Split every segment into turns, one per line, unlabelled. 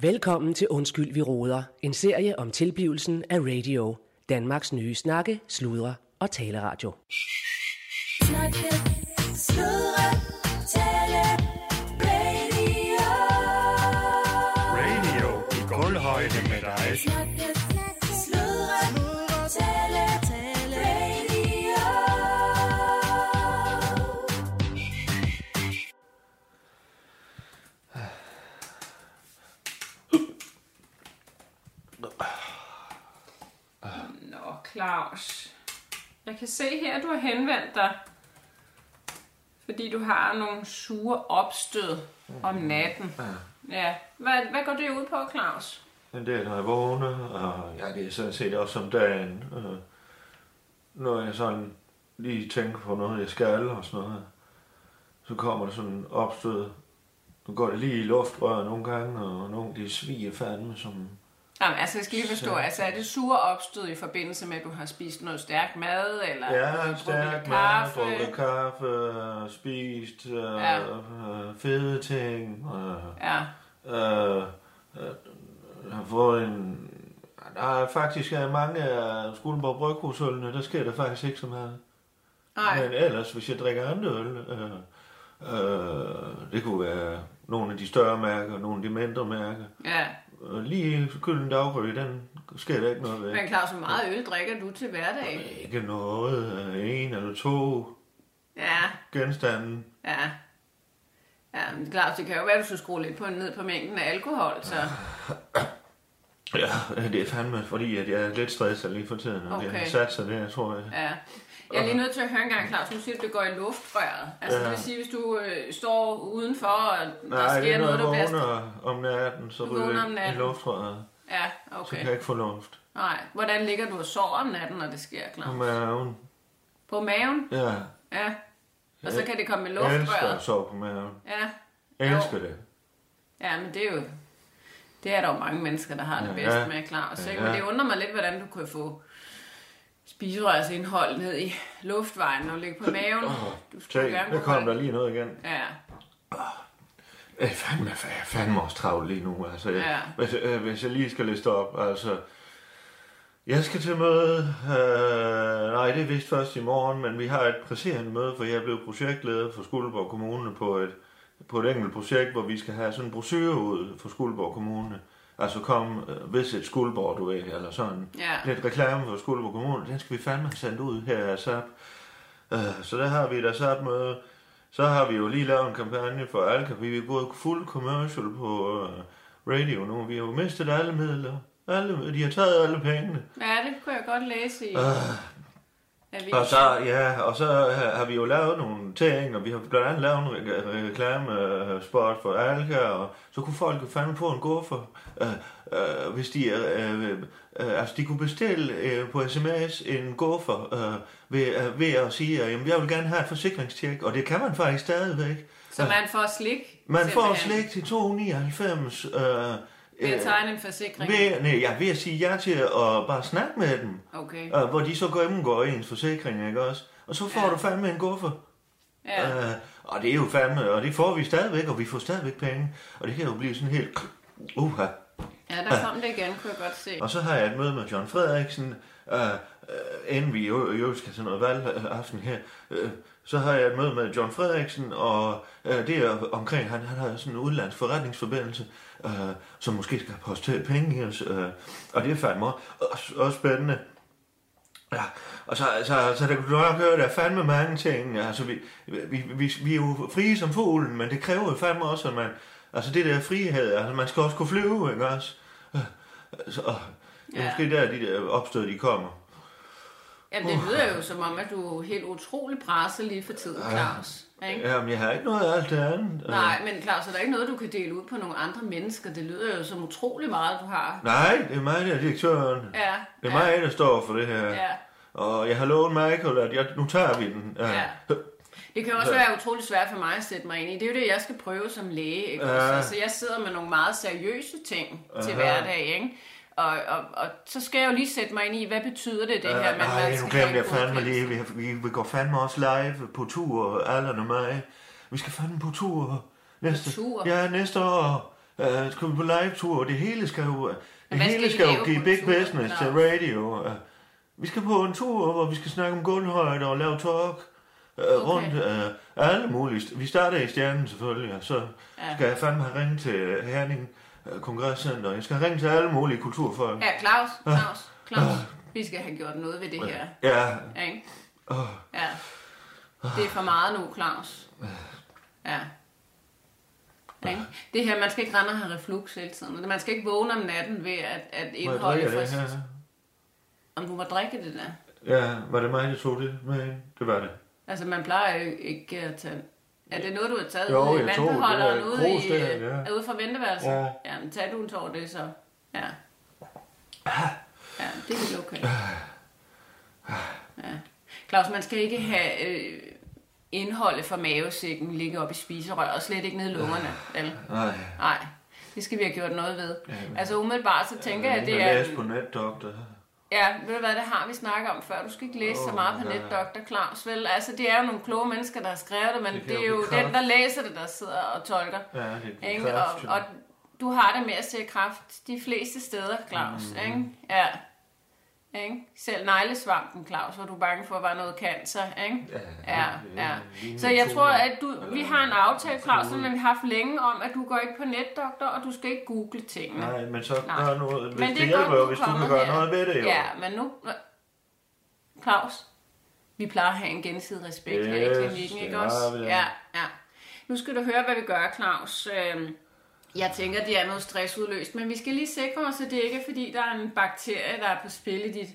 Velkommen til Undskyld, vi råder. En serie om tilblivelsen af radio. Danmarks nye snakke, sludre og taleradio.
Snakke, sludre, tale, radio.
Radio i gulvhøjde med dig.
Snakke, sludre, tale, tale, radio.
Nå, Claus. Jeg kan se her, at du har henvendt dig, fordi du har nogle sure opstød om
Mhm.
natten. Ja. Hvad, hvad går det ud på, Claus?
Men det er, når jeg vågner, og ja, det er sådan set også om dagen. Øh, når jeg sådan lige tænker på noget, jeg skal og sådan noget, så kommer der sådan en opstød. Nu går det lige i luftrøret nogle gange, og nogle de sviger fandme som...
Jamen, altså, jeg skal lige forstå, altså, er det sure opstød i forbindelse med, at du har spist noget stærk mad, eller du har
Ja,
drukket
stærk mad, drukket kaffe, øh, spist øh,
Ja.
øh, fede ting. Øh,
Ja,
øh, øh, har fået en... Der er faktisk er mange af Skuldborg Bryghusølene, der sker der faktisk ikke så meget.
nej,
Men ellers, hvis jeg drikker andre øl, øh, øh, det kunne være nogle af de større mærker, nogle af de mindre mærker.
ja.
Og lige kylden daggry, den sker der ikke noget ved.
Men Claus, hvor meget øl drikker du til hverdag?
Ikke noget, øh, en eller to
Ja,
genstande.
Ja. Ja, men Claus, det kan jo være, at du skulle skrue lidt på, ned på mængden af alkohol, så...
Ja, det er fandme, fordi at jeg er lidt stresset lige for tiden, og okay. det
Okay.
har sat sig der, tror jeg.
Ja. Jeg er lige nødt til at høre en gang, Claus. Nu siger du, at det går i luftrøret. Altså,
Ja.
ja. det vil sige, hvis du øh, står udenfor, og der
Nej, det
sker
er noget,
noget, der
når
bliver...
jeg vågner om natten, så
Du
ryger
vågner om
jeg i
natten.
luftrøret.
Ja,
Så kan jeg
okay.
ikke få luft.
Nej. Hvordan ligger du og sover om natten, når det sker,
På
Claus?
maven.
På maven?
Ja.
Ja. Og så kan det komme med
Jeg elsker at
luftrøret?
sove på maven.
Ja.
Jeg
Jo.
elsker det.
Ja, men det er jo... Det er der jo mange mennesker, der har det
Ja,
bedst
ja.
med, Claus. Ikke?
Ja,
Men
ja.
det undrer mig lidt, hvordan du kunne få spiserørsindhold ned i luftvejen og ligge på maven. Du
Se, der kom der
holde-
lige noget igen.
Ja,
Jeg er fandme, jeg er fandme også travlt lige nu. Altså, jeg,
Ja.
hvis, øh, hvis jeg lige skal liste op, altså... Jeg skal til møde. Øh, nej, det er vist først i morgen, men vi har et presserende møde, for jeg blev projektleder for Skuldborg Kommune på et, på et enkelt projekt, hvor vi skal have sådan en brochure ud for Skuldborg Kommune. Altså kom, øh, visit Skuldborg, du ved, eller sådan.
ja.
lidt reklame for Skuldborg Kommune, den skal vi fandme have sendt ud her af SAP. Øh, Så der har vi et ASAP-møde. Så har vi jo lige lavet en kampagne for Alka. Vi er gået fuld commercial på øh, radio nu. Vi har jo mistet alle midler. Alle, de har taget alle pengene.
Ja, det kunne jeg godt læse i.
Øh. Og
avisen.
så, ja, og så øh, har har vi jo lavet nogle ting, og vi har blandt andet lavet en re- re- reklamespot for Alka, og så kunne folk jo fandme få en guffer, øh, øh, hvis de, øh, øh, øh, altså de kunne bestille øh, på sms en guffer øh, ved, øh, ved at sige, at jamen, jeg vil gerne have et forsikringstjek, og det kan man faktisk stadigvæk.
Så man får slik.
Man får
simpelthen,
slet til 299 øh,
Ved
øh,
at tegne en forsikring.
ved, nej, ja, ved at sige ja til at bare snakke med dem.
Okay.
Øh, hvor de så gennemgår ens forsikring, ikke også? Og så får ja.
Ja.
du fandme en guffer.
Ja.
Øh, og det er jo fandme, og det får vi stadigvæk, og vi får stadigvæk penge. Og det kan jo blive sådan helt... Uha.
ja, der kom det igen, kunne jeg godt se.
Og så har jeg et møde med John Frederiksen, øh, øh, inden vi jo, jo skal til noget valgaften her. Øh, så har jeg et møde med John Frederiksen, og øh, det er omkring, han, han har sådan en udenlandsk forretningsforbindelse, øh, som måske skal poste penge i os, øh, og det er fandme også, også spændende. Ja, og så, så, så der kunne du nok høre, der er fandme mange ting. Altså, vi, vi, vi, vi er jo frie som fuglen, men det kræver jo fandme også, at man... Altså, det der frihed, altså, man skal også kunne flyve, ikke også? Øh, Så, og, det er
Ja.
måske der, de der opstød, de kommer.
Jamen, det lyder jo som om, at du er helt utrolig presset lige for tiden, Claus. Ikke?
Jamen, jeg har ikke noget af alt det andet. Øh,
Nej, men Claus, er der ikke noget, du kan dele ud på nogle andre mennesker? Det lyder jo som utrolig meget, du har.
Nej, det er mig, der er direktøren.
Ja,
Det er
ja,
mig, der står for det her.
ja.
Og jeg har lovet Michael, at jeg, nu tager vi den.
Ja. Det kan jo også være utrolig svært for mig at sætte mig ind i. Det er jo det, jeg skal prøve som læge. Ikke?
Ja.
Ja. Så altså, jeg sidder med nogle meget seriøse ting til
Aha.
hverdag, ikke? Og, og, og, så skal jeg jo lige sætte mig ind i, hvad betyder det, det her? altså
Øh, Nej, nu
skal
glemte
have
jeg
en
fandme
godkendelse?
lige. Vi, vi, vi går fandme også live på tur, Allan og mig. Vi skal fandme på tur. Næste,
tur?
Ja, næste år. Øh, skal vi på live-tur? Det hele skal jo, det
hvad skal
hele
vi
skal jo
lave
give
på
big
turen?
business
Nå.
til radio. Øh, vi skal på en tur, hvor vi skal snakke om gulvhøjde og lave talk. Øh,
Okay.
rundt øh, alle mulige. st- Vi starter i Stjernen selvfølgelig, og så
Ja.
skal jeg fandme have ringet til Herning øh, Kongresscenter. Jeg skal ringe til alle mulige kulturfolk.
Ja, Claus, Claus, Claus. Vi skal have gjort noget ved det her.
ja.
Ja, ikke?
Åh.
Ja. Det er for meget nu, Claus. Ja. Ja, ikke? Det her, man skal ikke rende og have reflux hele tiden. Man skal ikke vågne om natten ved, at, at
Må jeg drikke
indholdet
af
for...
det her?
Om du må drikke det der.
Ja, var det mig, der tog det med ind? Det var det.
Altså, man plejer jo ikke at tage... Er det noget, du har taget
Jo,
ude i
jeg tog det
vandbeholderen
der
ude, i,
krus der, ja.
ja. ude fra venteværelset?
Ja.
Ja. Jamen, tag du en tår det så. Ja.
Ah.
Ja, det er vel okay. Ja. Claus, man skal ikke have øh, indholdet fra mavesækken ligge op i spiserør, og slet ikke ned i lungerne, vel?
Nej.
Nej, det skal vi have gjort noget ved.
men-
Altså umiddelbart, så tænker jeg, at det
Jeg
er...
læste på netdoktor.
Ja, ved du hvad, det har vi snakket om før. Du skal ikke læse oh, så
Åh,
meget på
nej.
netdoktor, Claus. Vel, altså, det er jo nogle kloge mennesker, der har skrevet det, men
Det
det,
kan
det
jo
er jo
bekræfte.
den, der læser det, der sidder og tolker.
Ja, det er
ikke? Og, og du har det med at se kraft de fleste steder, Claus.
Mhm.
Mm. Ikke? Ja. Ikke? Selv neglesvampen, Claus, hvor du er bange for, var noget cancer. Ikke? Ja, ja. Så jeg tror, at du, vi har en aftale, Claus, som vi har haft længe om, at du går ikke på netdoktor, og du skal ikke google tingene.
Nej, men så
Nej.
gør noget. Hvis
Men
det,
det er
hjælper
godt,
jo,
du
hvis du kan
kommer
gøre
her.
noget ved det, jo.
Ja, men nu... Claus, vi plejer at have en gensidig respekt yes, her i
Yes,
klinikken, ikke
det har
også?
vi da.
Ja, ja. Nu skal du høre, hvad vi gør, Claus. Øhm, Jeg tænker, det er noget stressudløst, men vi skal lige sikre os, at det ikke er, fordi der er en bakterie, der er på spil i dit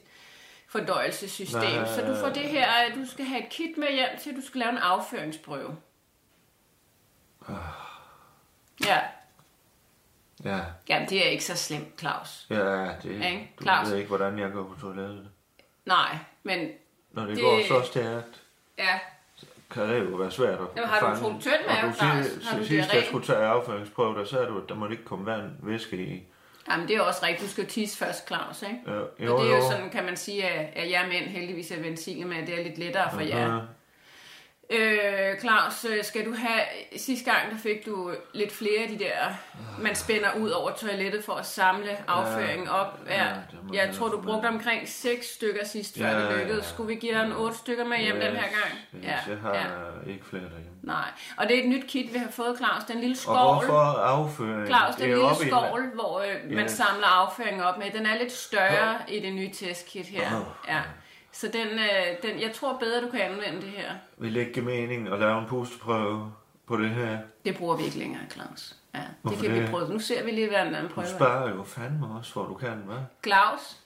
fordøjelsessystem.
Nej.
Så du får det her, at du skal have et kit med hjem til, at du skal lave en afføringsprøve.
Ah.
Ja,
Ja,
jamen det er ikke så slemt, Claus.
ja det,
Ikke?
du
Claus.
ved ikke, hvordan jeg går på toilettet.
Nej, men
Når det,
Det-
det... går så stærkt,
ja,
kan det jo være svært at
Jamen, har du
fange.
fået tynd mave,
Og du
Claus?
siger-
Har du
sidst, jeg
diarré?
skulle tage afføringsprøve, der sagde du, at der måtte ikke komme vand, væske i. Øh,
Jamen, det er også rigtigt. Du skal jo tisse først, Claus, ikke?
Ja,
Jo, og det er jo sådan, kan man sige, at, at jeg mænd heldigvis er vensile med, at det er lidt lettere for jer.
Ja.
Øh, Claus, øh, skal du have... Sidste gang, der fik du lidt flere af de der... Man spænder ud over toilettet for at samle afføringen op.
ja,
Ja,
det må
jeg
jeg
tror, du
få
brugte
med.
omkring 6 stykker sidst, før
Ja,
det lykkedes.
ja,
Skulle vi give dig en 8 stykker med hjem den her gang?
Yes, yes, jeg har ikke flere derhjemme.
Nej, og det er et nyt kit, vi har fået, Claus. Den lille
Og
skovl.
hvorfor afføring?
Claus,
Øh, Det
den
er
lille
oppe i en-
skovl, hvor øh, man
Ja.
samler afføring op med, den er lidt større i det nye testkit her.
Åh.
Ja. Så den, øh, den, jeg tror bedre, du kan anvende det her.
Vil ikke give mening at lave en pusteprøve på det her.
Det bruger vi ikke længere, Claus. Ja, det
Hvorfor
kan vi
det?
prøve. Nu ser vi lige, hvad den anden
Du
prøver.
sparer jo fandme også, hvor du kan, hva'?
Claus,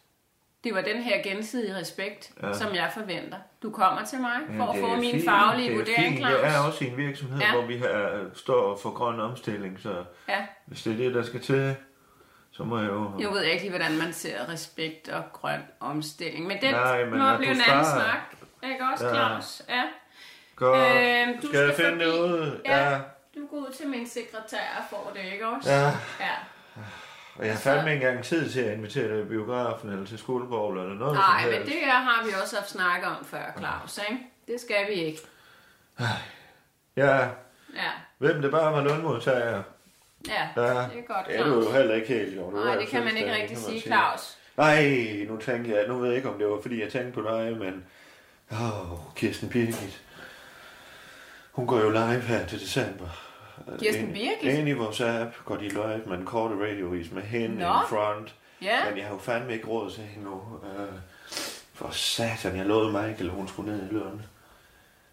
det var den her gensidige respekt,
Ja.
ja. som jeg forventer. Du kommer til mig
Men
for at
det
få
er
min
fint,
faglige
det er
vurdering,
fint.
Claus.
Jeg er også i en virksomhed,
Ja.
ja. hvor vi har, øh, står for grøn omstilling, så
Ja,
hvis det er det, der skal til, så må jeg jo...
jeg ved ikke lige, hvordan man ser respekt og grøn omstilling. Men det
Nej, men
må
at
blive
du
en anden
sparer-
snak. Ikke også,
Ja.
Claus? Ja.
Godt.
Øhm, du
skal jeg
skal
finde det
forbi-
ud?
Ja.
ja.
Du går ud til min sekretær og får det, ikke også?
Ja.
ja.
Og jeg har fandme ikke engang tid til at invitere dig i biografen, eller til skolebogl, eller noget
Nej,
som
men
helst.
det her har vi også haft snakket om før, Claus, ikke? Det skal vi ikke.
Ja,
Ja,
hvem det bare var lønmodtager. Ja,
ja, det er godt,
det er du
Claus.
jo heller ikke helt, jo. Nu er
Nej,
jeg
det kan man ikke
selvstændig,
rigtig
kan
sige,
sige.
Claus.
Nej, nu tænker jeg, nu ved jeg ikke, om det var, fordi jeg tænkte på dig, men... Åh, oh, Kirsten Birgit. Hun går jo live her til december.
Kirsten Birgit?
Ind i vores app går de live med en kort radiovis med hende
Nå.
in front.
Ja,
Men jeg har jo fandme ikke råd til hende nu. Øh, for satan, jeg lovede Michael, hun skulle ned i løn.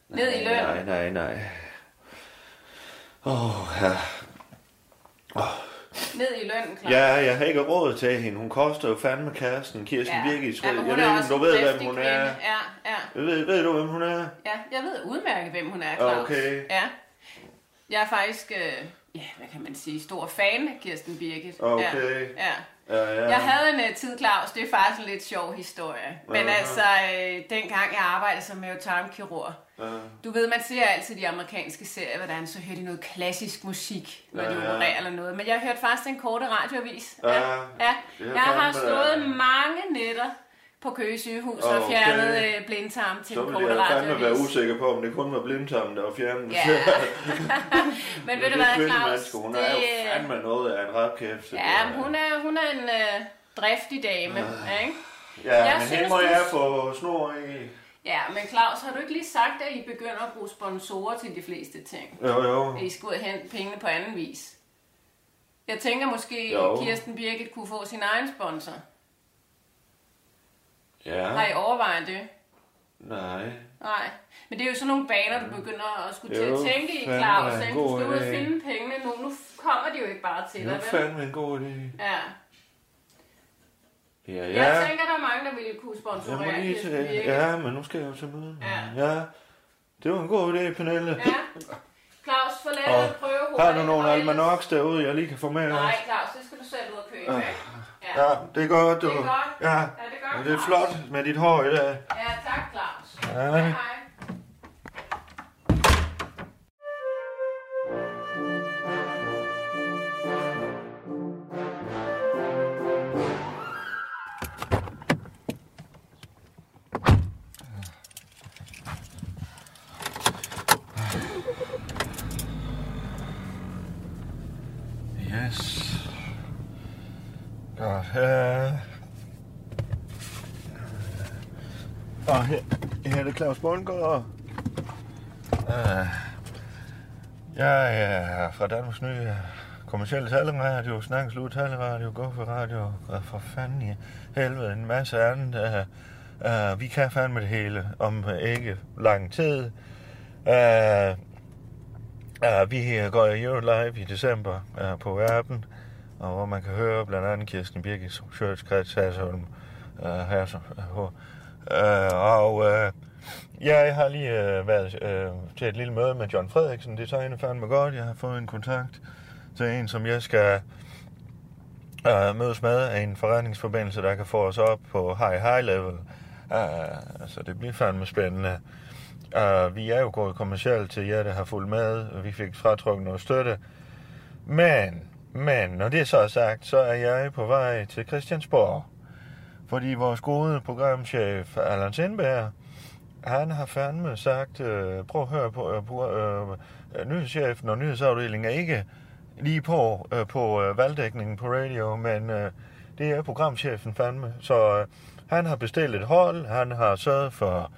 Ned i løn?
Nej, nej, nej. Åh, oh, ja.
ned i lønnen, Claus.
Ja, jeg har ikke råd til hende. Hun koster jo fandme kassen. Kirsten ja. Birgit,
ja, men hun
jeg
er
ved, ikke,
også
om
en
du ved, hvem
driftig
hun
kvinde.
er.
Ja, ja,
Jeg ved, ved du, hvem hun er?
ja. Jeg ved udmærket, hvem hun er, Claus.
Okay.
Ja. Jeg er faktisk, øh, ja, hvad kan man sige, stor fan af Kirsten Birgit.
Okay.
Ja, ja.
Ja, ja.
Jeg havde en øh, tid, Claus, det er faktisk en lidt sjov historie. Men
Aha.
altså, øh, dengang jeg arbejdede som mavetarmkirurg,
Ja.
du ved, man ser altid de amerikanske serier, hvordan så hører de noget klassisk musik, når de
Ja, ja.
opererer eller noget. Men jeg hørte faktisk den korte radioavis.
Ja,
ja.
det er
Jeg har
fandme-
stået mange nætter på Køge sygehus
Åh,
og
okay.
fjernede øh, blindtarm til
Så
en
ville
korte
jeg fandme være
radioavis.
usikker på, om det kun var blindtarmen, der var fjernet.
Ja. Men ved
det
du hvad, Claus?
kvindemenneske, hun er jo
det- øh,
fandme noget af en rapkæft.
Ja, men hun er, hun er en øh, driftig dame,
Ah.
ikke?
Ja,
Jeg
men hende
synes,
må
du-
jeg få snor i.
Ja, men Claus, har du ikke lige sagt, at I begynder at bruge sponsorer til de fleste ting?
Jo, jo.
At I skal ud og hente pengene på anden vis? Jeg tænker måske,
Jo.
at Kirsten Birgit kunne få sin egen sponsor. Har
Ja,
I overvejet det?
nej.
Nej. Men det er jo sådan nogle baner, du begynder at skulle til
Jo,
at tænke i,
fandme
Claus.
en
ikke? Du
god
skal ud og
idé.
finde pengene nu. Nu kommer de jo ikke bare til
Det
dig,
er
vel?
fandme en god idé.
Ja.
Ja,
Jeg
ja.
tænker, der er mange, der ville kunne
Jeg må
sponsorere
lige
Kirsten Birgit.
til. Ja, men nu skal jeg jo til møde.
Ja.
ja. Det var en god idé, Pernille.
Ja. Claus, få
Og
lavet et prøvehul.
Har du nogle
og ellers-
almanoks derude, jeg lige kan få med?
Nej,
også?
Claus, det skal du selv ud og købe,
Ah.
ikke? Ja.
Ja, det er godt, du.
Det er godt.
Ja,
Ja, det
og
gør
det er
Claus.
flot med dit hår i dag.
Ja, tak, Claus. Hej,
Ja.
hej.
Yes. Godt. Her. Og her, her er det Claus Bundgaard. Øh, Jeg er fra Danmarks nye kommersielle taleradio, Snakkes Lue Taleradio, Gufferadio, og for fanden i helvede en masse andet. Uh, uh, vi kan fandme det hele om øh, ikke lang tid. Uh, Ja, vi øh, går jo live i december øh, på appen, og hvor man kan høre blandt andet Kirsten Birgits Sjøtskreds Hasholm øh, Herser, øh, Og øh, jeg har lige øh, været øh, til et lille møde med John Frederiksen, det tager hende fandme godt, jeg har fået en kontakt til en, som jeg skal øh, mødes med af en forretningsforbindelse, der kan få os op på high-high level. Øh, så det bliver fandme spændende. Uh, vi er jo gået kommercielt til jer, der har fulgt med. og Vi fik fratrukket noget støtte. Men, men, når det så er sagt, så er jeg på vej til Christiansborg. Fordi vores gode programchef, Allan Sindberg, han har fandme sagt, øh, prøv at høre på, øh, på øh, nyhedschefen og nyhedsafdelingen er ikke lige på øh, på øh, valgdækningen på radio, men øh, det er programchefen fandme. Så øh, han har bestilt et hold, han har sørget for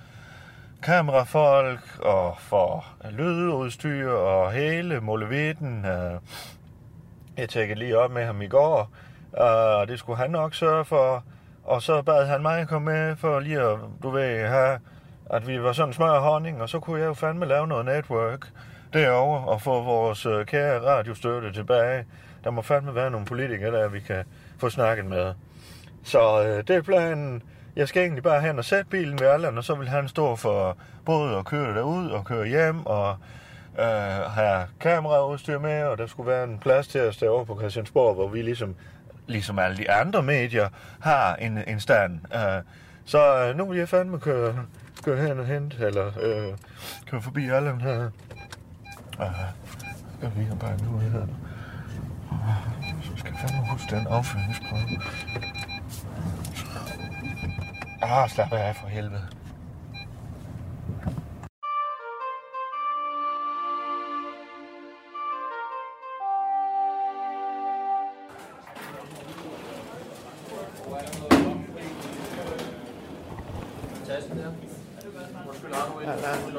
kamerafolk og for lydudstyr og hele molevitten. Øh, jeg tjekkede lige op med ham i går, øh, og det skulle han nok sørge for. Og så bad han mig komme med for lige at, du ved, have, at vi var sådan smør og honning, og så kunne jeg jo fandme lave noget network derovre og få vores øh, kære radiostøtte tilbage. Der må fandme være nogle politikere, der vi kan få snakket med. Så øh, det er planen. Jeg skal egentlig bare hen og sætte bilen ved Allan, og så vil han stå for både at køre derud og køre hjem og øh, have kameraudstyr med, og der skulle være en plads til os derovre på Christiansborg, hvor vi ligesom, ligesom alle de andre medier har en, en stand. Øh, så øh, nu vil jeg fandme køre, køre hen og hente, eller øh, køre forbi Allan her. Øh, jeg ligger bare nu her. Så skal jeg fandme huske den afføringsprøve. Ah, slap af for helvede.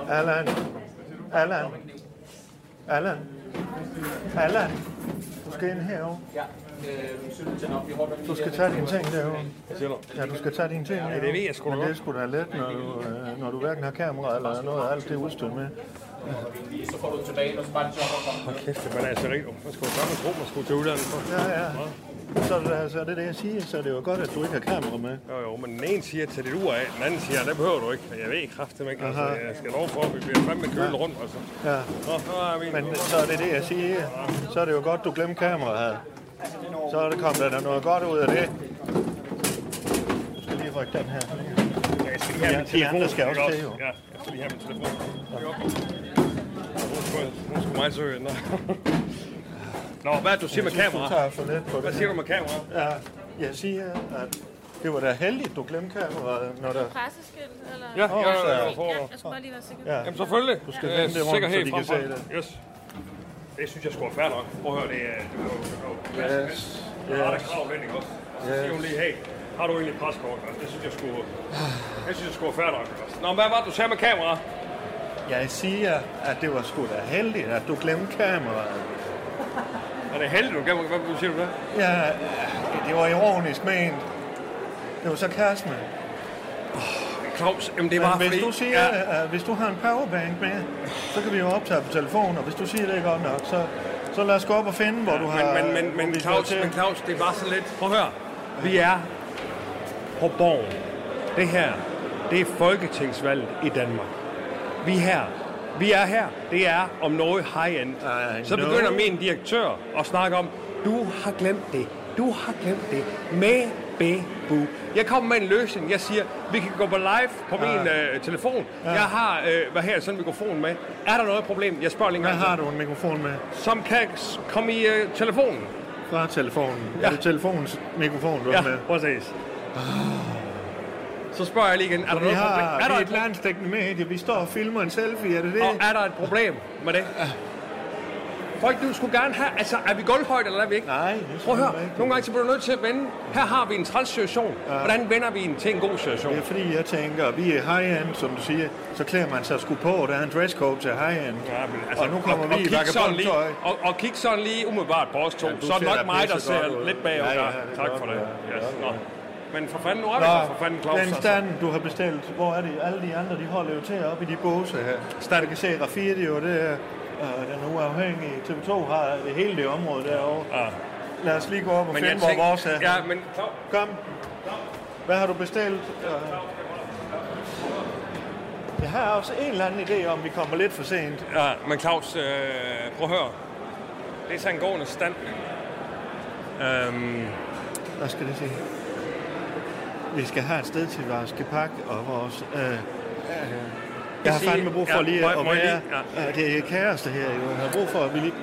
Allan. Allan. Allan. Allan. Du skal ind herovre.
Ja, øh, synes jeg nok, vi holder lige
Du skal
her.
tage dine ting derovre. Ja, du skal tage dine ting derovre.
det ved jeg sgu
Men
nok.
det er sgu da let, når du, øh, når du hverken har kamera eller noget af alt det udstyr med.
Så får du tilbage, og så bare lige så kommer. Okay.
Kæft, man er altså rigtig... Man skulle jo sammen tro, man skulle til udlandet for.
Ja, ja. Så er det, altså, det er det, jeg siger, så er det jo godt, at du ikke har kamera med.
Jo, jo, men den ene siger, til dit ur af, den anden siger, det behøver du ikke. Jeg ved kraftigt, man altså,
Aha.
jeg skal lov for, at vi bliver fandme kølet rundt, altså.
Ja,
Nå, så er vi...
men øh, så er det det, jeg siger. Så er det jo godt, du glemte kameraet. Så er det kommet der da noget godt ud af det. Du skal lige rykke den her.
jeg skal lige have
Ja,
min
de
telefon.
andre skal
ikke
også til, jo.
Ja, jeg skal lige have min telefon. Jo. Nu skulle, nu skulle mig søge, nå. Nå, hvad er det, du siger med
Du
kamera?
tager for let på det.
Hvad siger du med kamera?
Ja, jeg siger, at Det var da heldigt, du glemte kameraet, når der...
Presseskilt, eller?
Ja, ja, ja, ja,
Fint,
for-
ja, jeg skulle bare lige være sikker.
Ja.
Jamen selvfølgelig. Du
skal vende det rundt, så de kan se det.
Yes. Det synes jeg sgu er fair nok. Prøv at høre, det er det var jo det var jo klassisk.
Yes,
Yes. Der er der krav lidt, ikke også? Og så siger hun lige, hey, har du egentlig et preskort? Altså, det synes jeg sgu, det synes jeg sgu er fair nok. altså. ikke også? Nå, men hvad var det, du sagde med kamera?
Jeg siger, at det var sgu da heldigt, at du glemte kameraet.
Er det heldigt, du gav mig? Hvad siger du det?
Ja, det var ironisk ment. Det var sarkasme.
Claus, jamen det
Men hvis du, siger, ja. at hvis du har en powerbank med, så kan vi jo optage på telefonen, og hvis du siger det ikke godt nok, så, så lad os gå op og finde, hvor du har...
men, men, men,
hvor
men,
vi skal
Claus,
til.
men Claus, det var så lidt. Prøv at høre. Vi er på borgen. Det her, det er folketingsvalget i Danmark. Vi er her. Vi er her. Det er om noget high-end.
I
Så
know.
begynder min direktør at snakke om, du har glemt det. Du har glemt det. Med bebu. Jeg kommer med en løsning. Jeg siger, vi kan gå på live på min øh, telefon. Jeg har, øh, hvad her, sådan en mikrofon med. Er der noget problem? Jeg spørger lige en
Hvad
gang til
har du en mikrofon med
som kan s- komme i øh, telefonen.
fra telefonen? Ja.
Ja.
Er det telefonens mikrofon, du ja. har med?
præcis. Så spørger jeg lige igen, er der
Vi
noget problem? Er
har
der
vi er
et,
et landstækkende medie, vi står og filmer en selfie, er det det?
og er der et problem med det? Folk, du skulle gerne have... Altså, er vi gulvhøjt, eller er vi ikke?
Nej, det er
Prøv at
sgu
høre,
rigtigt.
nogle gange så bliver du nødt til at vende. Her har vi en træls situation. Hvordan vender vi en til en god situation?
Det er fordi, jeg tænker, vi er high-end, som du siger, så klæder man sig sgu på, der er en dresscode til high-end.
Ja, men altså,
og nu kommer vi i
kig sådan lige,
vagabondtøj.
og, og kig sådan lige umiddelbart på os to.
Ja, du
så er det
ser da
nok mig, der
pisse godt
ser
ud.
lidt bagover.
Ja, ja,
Ja, ja,
det er
tak
godt,
for
ja.
det.
Ja,
Yes,
det er
nå. Men for fanden, nu er vi her, for fanden,
Nå,
Claus.
den
altså.
stand, du har bestilt, hvor er det? Alle de andre, de holder jo til oppe i de båse her. Stand. Du kan se Rafir, det er jo det her. Øh, den uafhængige TV2 har det hele det område derovre.
Ja.
Lad os lige gå op og
Men
finde,
jeg
hvor
tænker-
vores er.
Ja, men Claus,
Kom. Hvad har du bestilt? Øh, Jeg har også en eller anden idé om, vi kommer lidt for sent.
ja, men Claus øh, prøv at høre. Det er Sangårdenes stand. Øhm,
Hvad skal det sige? Vi skal have et sted til vores gepak og vores... Øh, øh, jeg har
sige-
fandme brug for
ja,
lige
må
at
jeg- må jeg
være...
lige- ja.
øh, Det er kaos, det her. Jo. Jeg har brug for, at vi lige...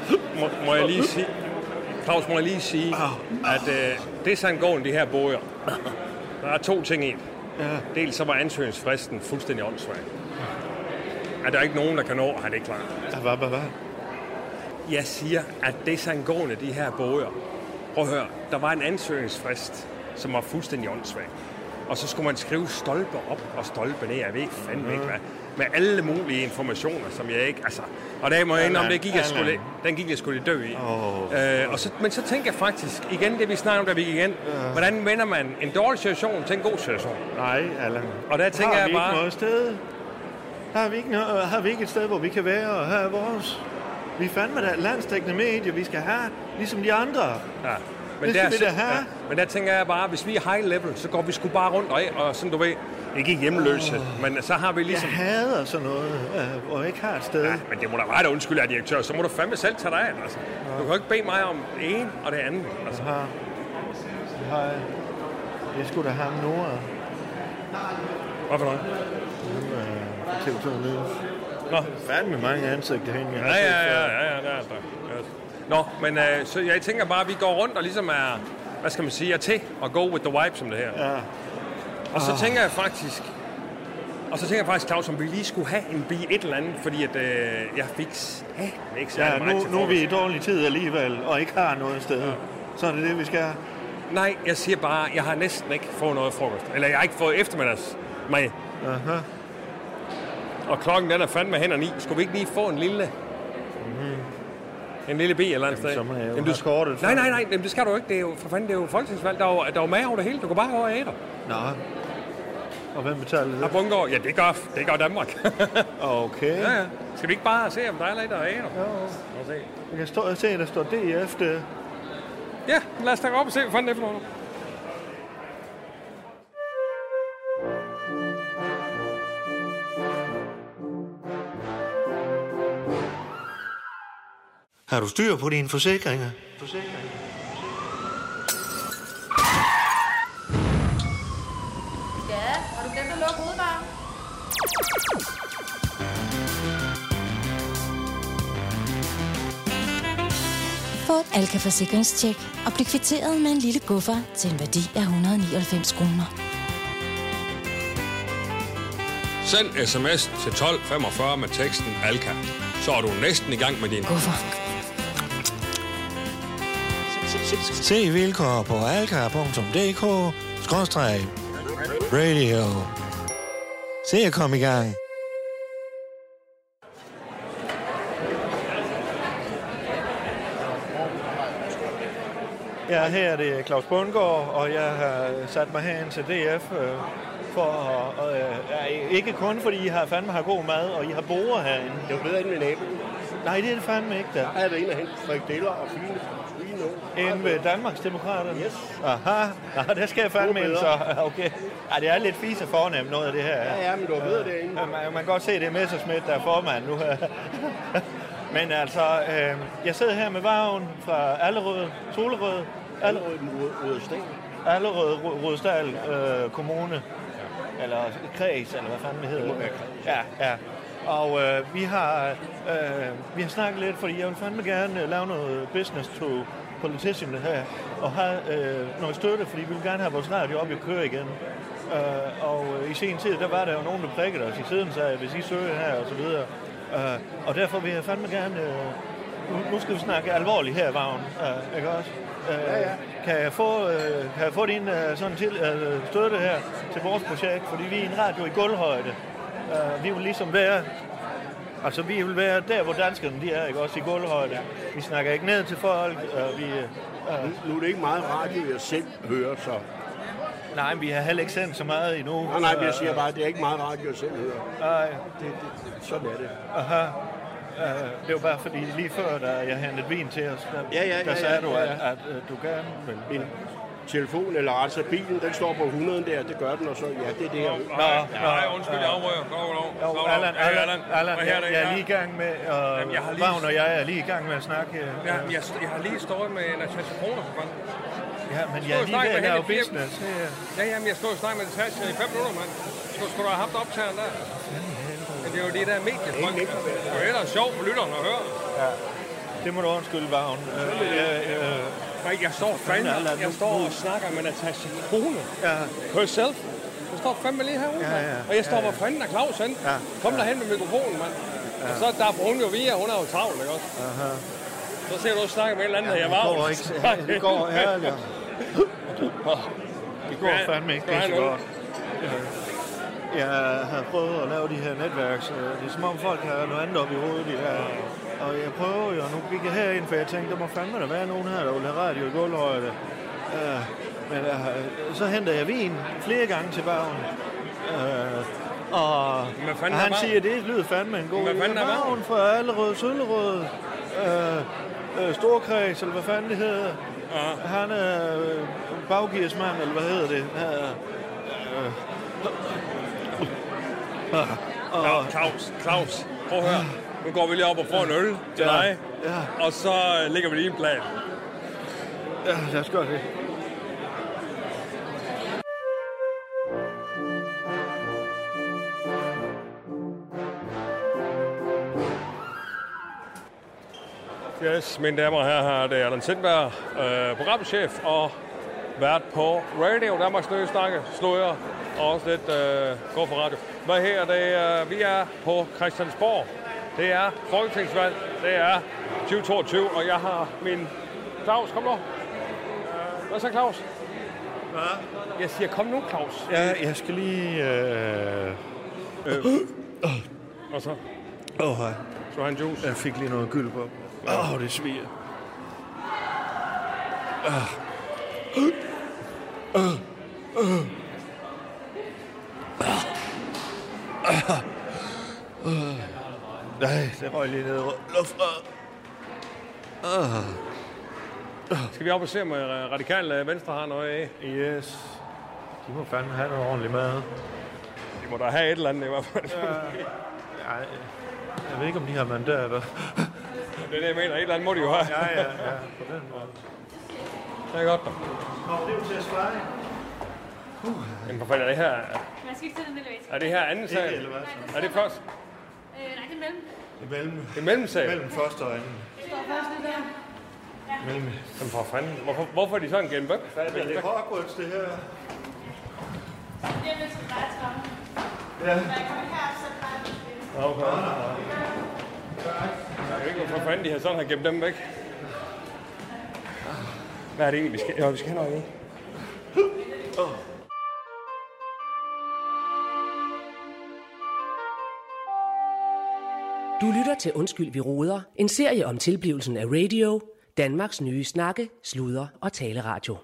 må, må jeg lige sige... Claus, må jeg lige sige, at øh, det er Sangården, de her bojer. Der er to ting i det. Dels så var ansøgningsfristen fuldstændig åndssvag. At der er ikke nogen, der kan nå at have det klart.
Ja, Hvad, hvad, hvad?
Jeg siger, at det er sangående, de her boger. Prøv at høre, der var en ansøgningsfrist, som var fuldstændig åndssvag. Og så skulle man skrive stolpe op og stolpe ned, jeg ved fandme ikke hvad. Med alle mulige informationer, som jeg ikke... Altså, og der må jeg indrømme, det gik jeg
Allan.
skulle, den gik jeg skulle dø i. Øh, og så, men så tænker jeg faktisk, igen det vi snakker om, da vi gik igen, hvordan vender man en dårlig situation til en god situation?
Nej, Allan.
Og der tænker
har
jeg
vi
bare-
Ikke noget sted? Har vi, ikke noget, har vi ikke et sted, hvor vi kan være, og her er vores? Vi er fandme da et landstækkende medie, vi skal have, ligesom de andre.
Ja.
Det skal vi da have.
men der tænker jeg bare, hvis vi er high level, så går vi sgu bare rundt og, og sådan, du ved, ikke hjemløse, men så har vi
Jeg
ligesom...
hader sådan noget, øh, hvor jeg ikke har et sted.
Ja, men det må da være, der undskylder, direktør. Så må du fandme selv tage dig af, det, altså. Du kan jo ikke bede mig om det ene og det andet, altså.
Har, har, jeg skulle da have Nora.
Hvad for noget?
TV2 News.
Nå.
Fandme mange ansigter hende. jeg har
Ja,
set
ja,
før.
ja, ja, ja, der er der. Yes. Nå, men øh, så jeg tænker bare, at vi går rundt og ligesom er, hvad skal man sige, er til og go with the vibe, som det her.
Ja. Ah.
Og så tænker jeg faktisk, og så tænker jeg faktisk, Claus, om vi lige skulle have en bi et eller andet, fordi at, øh, jeg fik sat ikke særlig
Ja,
meget
nu,
til
nu er vi i
frokost.
dårlig tid alligevel, og ikke har noget sted. Så er det det, vi skal have.
Nej, jeg siger bare, jeg har næsten ikke fået noget frokost. Eller jeg har ikke fået eftermiddags mad.
Aha.
Og klokken den er fandme hen og ni. Skulle vi ikke lige få en lille... En lille bi eller andet sted?
Mhm. så må jeg jo
Jamen,
have kortet
Nej,
før.
nej, nej, jamen, det skal du ikke. Det er jo, for fanden, det er jo folketingsvalg. Der er jo, der er jo mad over det hele. Du kan bare gå over og æde.
Nå. Og hvem betaler
Der
det?
bunker, ja, det gør, det gør Danmark.
Okay.
ja, ja. Skal vi ikke bare se, om der er lidt der æder?
Jeg kan stå og se, der står DF. Det.
Ja, men lad os da gå op og se, hvad fanden det er for noget.
Har du styr på dine forsikringer?
Ja, har du glemt at lukke hovedbaren?
Få
Alka Forsikringstjek og bliv kvitteret med en lille guffer til en værdi af 199 kroner.
Send sms til 1245 med teksten Alka. Så er du næsten i gang med din...
Guffer.
Se vilkår på alka.dk skråstreg radio. Se at komme i gang.
Ja, her er det Claus Bundgaard, og jeg har sat mig herind til DF, øh, for at, og, øh, ja, ikke kun fordi I har fandme har god mad, og I har borer herinde.
Det var bedre end med naboen.
Nej, det er det fandme ikke, da.
Der er der en og hente frikadeller og flyende. Lige nu.
Inde ved Danmarks Demokraterne?
Yes.
øh, Aha, Nå, det skal jeg fandme
Gode
ind, så. Okay. Ej, det er lidt fise fornemt, noget af det her.
Ja, ja, men det var bedre derinde.
Ja, man, man kan godt se, det er Messerschmidt, der er formand nu. Men altså, øh, jeg sidder her med varven fra Allerød, Solerød, Allerød,
Allerød den ude sted.
Allerød Ru- Rudsdal øh, Kommune, eller kreds, eller hvad fanden det hedder.
Det må være kreds.
Ja, ja. Og øh, vi, har, øh, vi har snakket lidt, fordi jeg vil fandme gerne øh, lave noget business to politician her, og have øh, noget støtte, fordi vi vil gerne have vores radio op i køre igen. Øh, og øh, i sen tid, der var der jo nogen, der prikkede os i siden, sagde, hvis I søger her, og så videre. Øh, og derfor vil jeg fandme gerne... Øh, nu- nu skal vi snakke alvorligt her, Vagn. Uh, ikke også? Uh, ja, ja. Kan jeg få, uh, kan jeg få din uh, sådan til, uh, støtte her til vores projekt? Fordi vi er en radio i gulvhøjde. Uh, vi vil ligesom være... Altså, vi vil være der, hvor danskerne de er, ikke også? I gulvhøjde. Vi snakker ikke ned til folk. Uh, vi, uh,
Nu er det ikke meget radio, jeg selv hører, så...
nej, vi har heller ikke sendt så meget endnu. Øh,
Nej, nej, men jeg siger bare, at det er ikke meget radio, jeg selv hører.
Nej, det,
Sådan er det.
Aha. Uh, det var bare fordi, lige før, da jeg hentede vin til os, der,
Ja, ja,
der
ja,
sagde
ja,
du,
ja,
at,
ja.
at uh, du gerne vil...
Min telefon, eller altså bilen, den står på 100 der, det gør den, og så ja, det er det, jeg hører.
Nej, nej, undskyld, jeg afrører. Kom, kom,
Jo,
kom, kom.
Allan,
Hey,
Allan, Allan,
Hvad her er
jeg,
det,
jeg
her?
er lige i gang med, og
Jamen, jeg har lige-
Vagn og jeg er lige i gang med at snakke. øh,
Ja, men jeg, jeg har lige stået med Natasha Kroner på grøn.
ja, men jeg er
jeg
lige
snakke
ved at
med
lave
hende i fire-
business. her.
Ja, ja, men jeg stod og snakkede med Natasha i fem minutter, mand. Skulle, skulle du have haft optageren der? Men det er jo det der mediefolk. Det er ellers sjovt for lytterne at høre.
Det må du undskylde, Vagn. Øh, øh, øh,
Nej, jeg står fandme,
Fanden, Allan,
jeg
nu-
står og snakker med Natasha Krone.
Ja.
Herself. Jeg står fandme lige herude,
Ja,
mand.
ja,
Og jeg står, hvor fanden er Claus hen?
Ja,
Kom derhen med mikrofonen, mand. Og så der er hun jo via, hun er jo travl, ikke også? Så ser du også snakke med en eller anden, der jeg var.
det går ikke. Det går herligt. Det går
Ja,
fandme ikke
du har
det så
en øl.
godt. Øh, Jeg har prøvet at lave de her netværk, så det er som om folk har noget andet op i hovedet. De der. Og jeg prøver jo, nu gik jeg herind, for jeg tænkte, der må fandme der være nogen her, der vil have radio i gulvhøjde. Øh, Men øh, så henter jeg vin flere gange til bagen. Og
Hvad fanden
og
er
han
Bavn?
siger, det lyder fandme en god
Hvad fanden er Bavn?
Bagen fra Allerød, Søllerød, øh, øh, Storkreds, eller hvad fanden det hedder. Han er øh, baggearsmand, eller hvad hedder det? Øh,
Claus, Claus, Claus, prøv at høre. Nu går vi lige op og får en øl
Ja.
til dig.
Ja.
Og så øh, lægger vi lige en plan.
Ja, lad os gøre det.
Yes, mine damer og herrer, det er Allan Sindberg, øh, programchef og vært på Radio Danmarks Nye Snakke, Sløjer og også lidt øh, går for radio. Hvad her, det øh, vi er på Christiansborg. Det er folketingsvalg, det er 2022, og jeg har min... Claus, kom nu. Øh, Hvad så, Claus? Hvad? Jeg siger, kom nu, Claus.
Ja, jeg skal lige... Øh...
Og så
Åh, hej.
skal du have en juice.
jeg fik lige noget gyld på. Åh, oh, det sviger. Ah. Ah. Ah. Ah. Ah. Nej, det røg lige ned i luftrøret.
Skal vi op og se, om øh, radikale venstre har noget af?
Yes. De må fandme have noget ordentligt mad.
Vi må da have et eller andet i hvert fald.
Ej, jeg ved ikke, om de har mandater.
Det er det, jeg mener. Et eller andet må de jo have.
ja, ja, ja. På den måde.
Det er godt, da.
Nå, det er jo til at svare.
Jamen for fanden, er det her,
Man skal ikke til den elevator.
er det her anden sal?
eller hvad?
Er det først?
Øh, nej, det er mellem.
Imellem,
Det er mellemsal.
mellem første og anden.
Det står først det der. Ja.
Men, men for fanden, hvorfor, hvorfor er de sådan gennem væk?
Men det er Hogwarts, det her.
Jeg vil til retsrammen.
Ja.
Når jeg kommer her, så plejer jeg at spille.
Okay. Jeg ved ikke, hvorfor fanden de har sådan har gemt dem væk. Hvad er det egentlig, vi skal? Jo, vi skal hen over i.
Du lytter til Undskyld, vi roder. En serie om tilblivelsen af radio. Danmarks nye snakke, sludre og taleradio.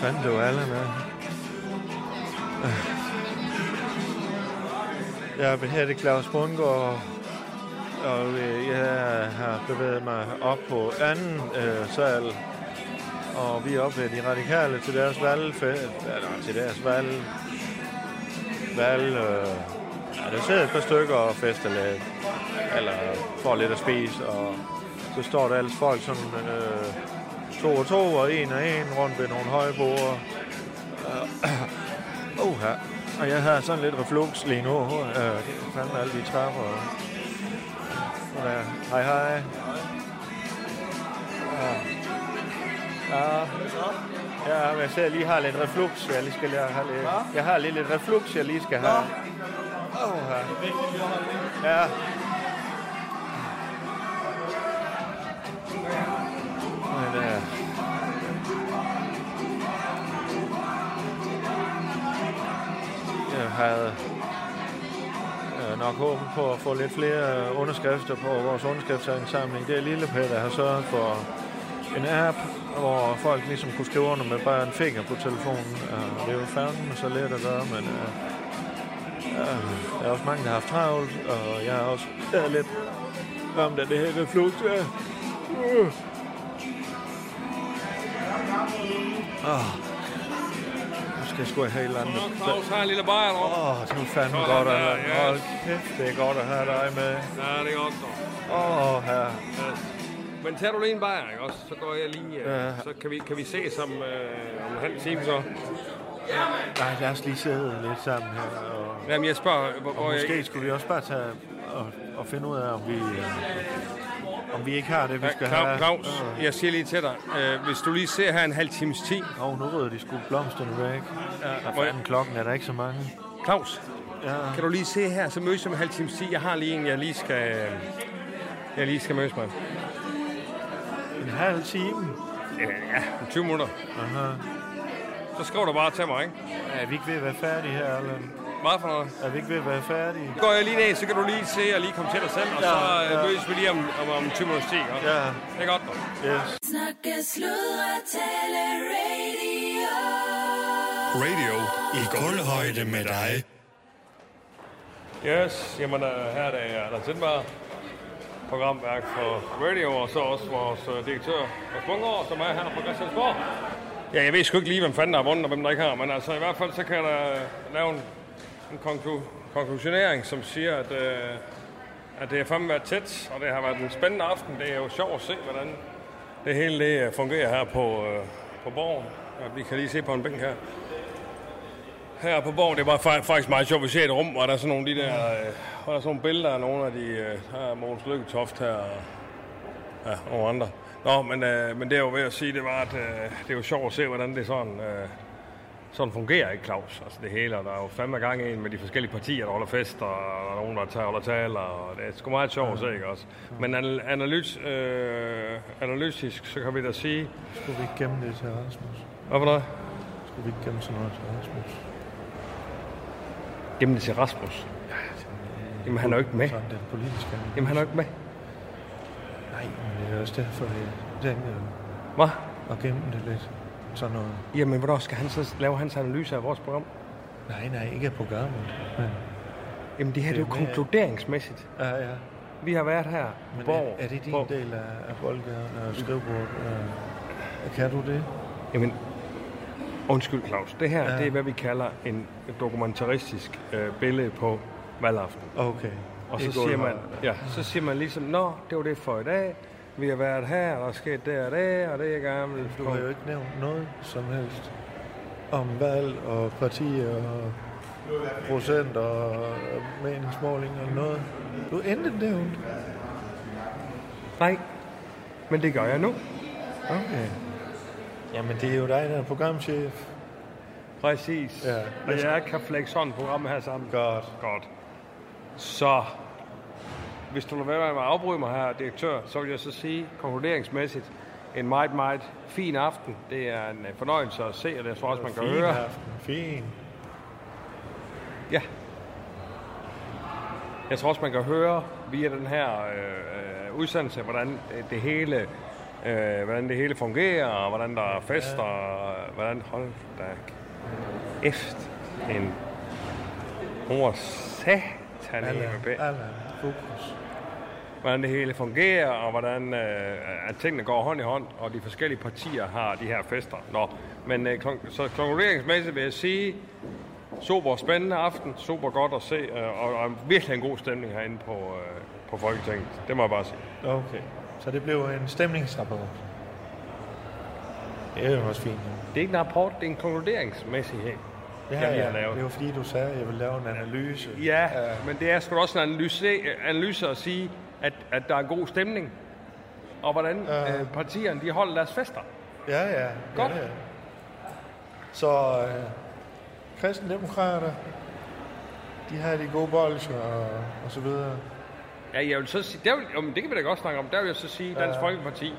Fanden blev Allan af. Jeg hedder Claus Bundgaard, og øh, jeg har bevæget mig op på anden øh, sal. Og vi er oppe ved de radikale til deres valg, eller til deres valg, valg, øh, ja, der sidder et par stykker og fester lidt, eller får lidt at spise, og så står der ellers folk som øh, to og to, og en og en rundt ved nogle høje borde. Øh, oh, her. Og jeg har sådan lidt reflux lige nu. Øh, det er fandme alle de trapper. Og, og der. Hej, hej. Ja. Ja, men jeg ser lige har lidt reflux, jeg lige skal lige have lidt. Jeg har lige lidt reflux, jeg lige skal have. Åh, her. Ja. Men, øh, jeg havde øh, nok håbet på at få lidt flere øh, underskrifter på vores underskriftsindsamling. Det er Lille Peter, der har sørget for en app, hvor folk ligesom kunne skrive under med bare en finger på telefonen. Øh, det er jo fandme så let at gøre, men øh, øh, der er også mange, der har haft travlt, og jeg er også øh, lidt ramt af det her reflux. Øh. Uh. Åh. Ah. Nu skal jeg sgu have et eller andet.
Claus har en lille bajer deroppe.
Åh, det er fandme
Sådan
godt at
der,
have.
yes.
Hold kæft, det er godt at have dig med.
Ja, det er godt dog.
Åh, her.
Ja. Men tager du lige en bajer, ikke også? Så går jeg lige... Øh,
Ja.
Så kan vi, kan vi ses om, øh, om en halv time så.
Nej, lad os lige sidde lidt sammen her. Og,
Jamen, jeg spørger, øh, hvor, hvor
og
jeg...
måske skulle vi også bare tage og, og finde ud af, om vi, øh, om vi ikke har det, vi skal
Claus,
have.
Claus, jeg siger lige til dig, øh, hvis du lige ser her en halv times tid,
Åh, oh, nu rydder de sgu blomsterne væk. Ja,
må jeg-
fanden, klokken er der ikke så mange.
Claus,
Ja.
kan du lige se her, så mødes jeg om en halv times tid. Jeg har lige en, jeg lige skal, jeg lige skal mødes med.
En halv time.
Ja, om 20 minutter.
Aha.
Så skriver du bare til mig, ikke?
Er vi ikke ved at være færdige her, Allan?
Meget for noget.
Er vi ikke ved at være færdige?
Så går jeg lige ned, så kan du lige se og lige komme til dig selv, og så øh, mødes vi lige om, om, om 20 minutter tid. ikke også?
Ja,
Det er godt, dog.
yes.
Snakke, sludre, tale, radio.
Radio.
I guldhøjde med dig.
Yes, jamen øh, her er det Anders Sindberg, programværk for Radio, og så også vores øh, direktør Lars Bungård, som er her fra Christiansborg. Ja, jeg ved sgu ikke lige, hvem fanden der har vundet, og hvem der ikke har, men altså i hvert fald, så kan jeg da øh, lave en, en konklu- konklusionering, som siger, at, øh, at det har fandme været tæt, og det har været en spændende aften. Det er jo sjovt at se, hvordan det hele det øh, fungerer her på, øh, på borgen. Og vi kan lige se på en bænk her. Her på Borg, det var fa- faktisk meget sjovt. Vi ser et rum, og der er sådan nogle, af de der, øh, og der er sådan nogle billeder af nogle af de... Øh, her er Mogens Lykketoft her, og ja, nogle andre. Nå, men, øh, men det er jo ved at sige, det var, at øh, det er jo sjovt at se, hvordan det sådan, øh, sådan fungerer, ikke Claus? Altså det hele, og der er jo fandme gang i en med de forskellige partier, der holder fest, og der er nogen, der tager, holder taler, og det er sgu meget sjovt at se, ikke også? Men anal- analys, øh, analytisk, så kan vi da sige...
Skulle vi ikke gemme det til Rasmus?
Hvad for noget?
Skulle vi ikke gemme sådan noget til Rasmus?
Jamen det er til Rasmus. Jamen han er jo ikke med.
Sådan den politiske.
Jamen han er jo ikke med.
Nej, men det er også derfor, jeg tænkte
Hvad?
at gemme det lidt. Sådan noget.
Jamen, hvornår skal han så lave hans analyse af vores program?
Nej, nej, ikke af programmet. Men,
Jamen, det her det er jo
Det er med-
konkluderingsmæssigt.
ja, ja.
Vi har været her
øh, Men øh,
Borg.
er, er det din
Borg.
del af, af boldgaden og skrivebordet? Øh, kan du det?
Jamen, undskyld Claus. Det her,
Ja.
ja. det er, hvad vi kalder en dokumentaristisk øh, billede på valgaften.
Okay.
Og så
Ikke
siger, man,
underholdende.
ja, så siger man ligesom, Nå, det var det for i dag. Vi har været her, og der er sket det og det, og det er jeg gerne vil
Du har jo ikke nævnt noget som helst. om valg og partier og procent og øh, meningsmåling og noget. Du endte det jo.
Nej, men det gør jeg nu.
Okay. Jamen, det er jo dig, der er programchef.
Præcis.
Ja.
Og jeg kan flække sådan et program her sammen.
Godt.
Godt. Så hvis du lader være med at afbryde mig her, direktør, så vil jeg så sige konkluderingsmæssigt, en meget, meget fin aften. Det er en øh, fornøjelse at se, og jeg tror også, man kan
fin
høre.
aften. Fin.
Ja. Jeg tror også, man kan høre via den her øh, øh, udsendelse, hvordan det, det hele øh, hvordan det hele fungerer, og hvordan der er fester, og hvordan... Hold da Eft. En mor satan
Allan,
i med
Allan, fokus.
hvordan det hele fungerer, og hvordan øh, at tingene går hånd i hånd, og de forskellige partier har de her fester. Nå, men øh, kon- så konkurreringsmæssigt vil jeg sige, super spændende aften, super godt at se, øh, og, og virkelig en god stemning herinde på, øh, på Folketinget. Det må jeg bare sige.
Okay. Så det blev en stemningsrapport. Det er jo også fint. Ja.
Det er ikke en rapport, det er en konkluderingsmæssighed,
Det,
jeg
her,
lige har
jeg,
lavet.
det var fordi, du sagde, at jeg ville lave en analyse.
Ja, Øh, men det er sgu da også en analyse, analyse at sige, at, at der er god stemning, og hvordan øh, partierne de holder deres fester.
Ja, ja.
Godt.
Ja, ja. Så øh, kristendemokrater, de har de gode bolcher og, og så videre.
Ja, jeg vil så sige, der vil, jo, men det kan vi da godt snakke om. Der vil jeg så sige Dansk
Ja.
Folkeparti.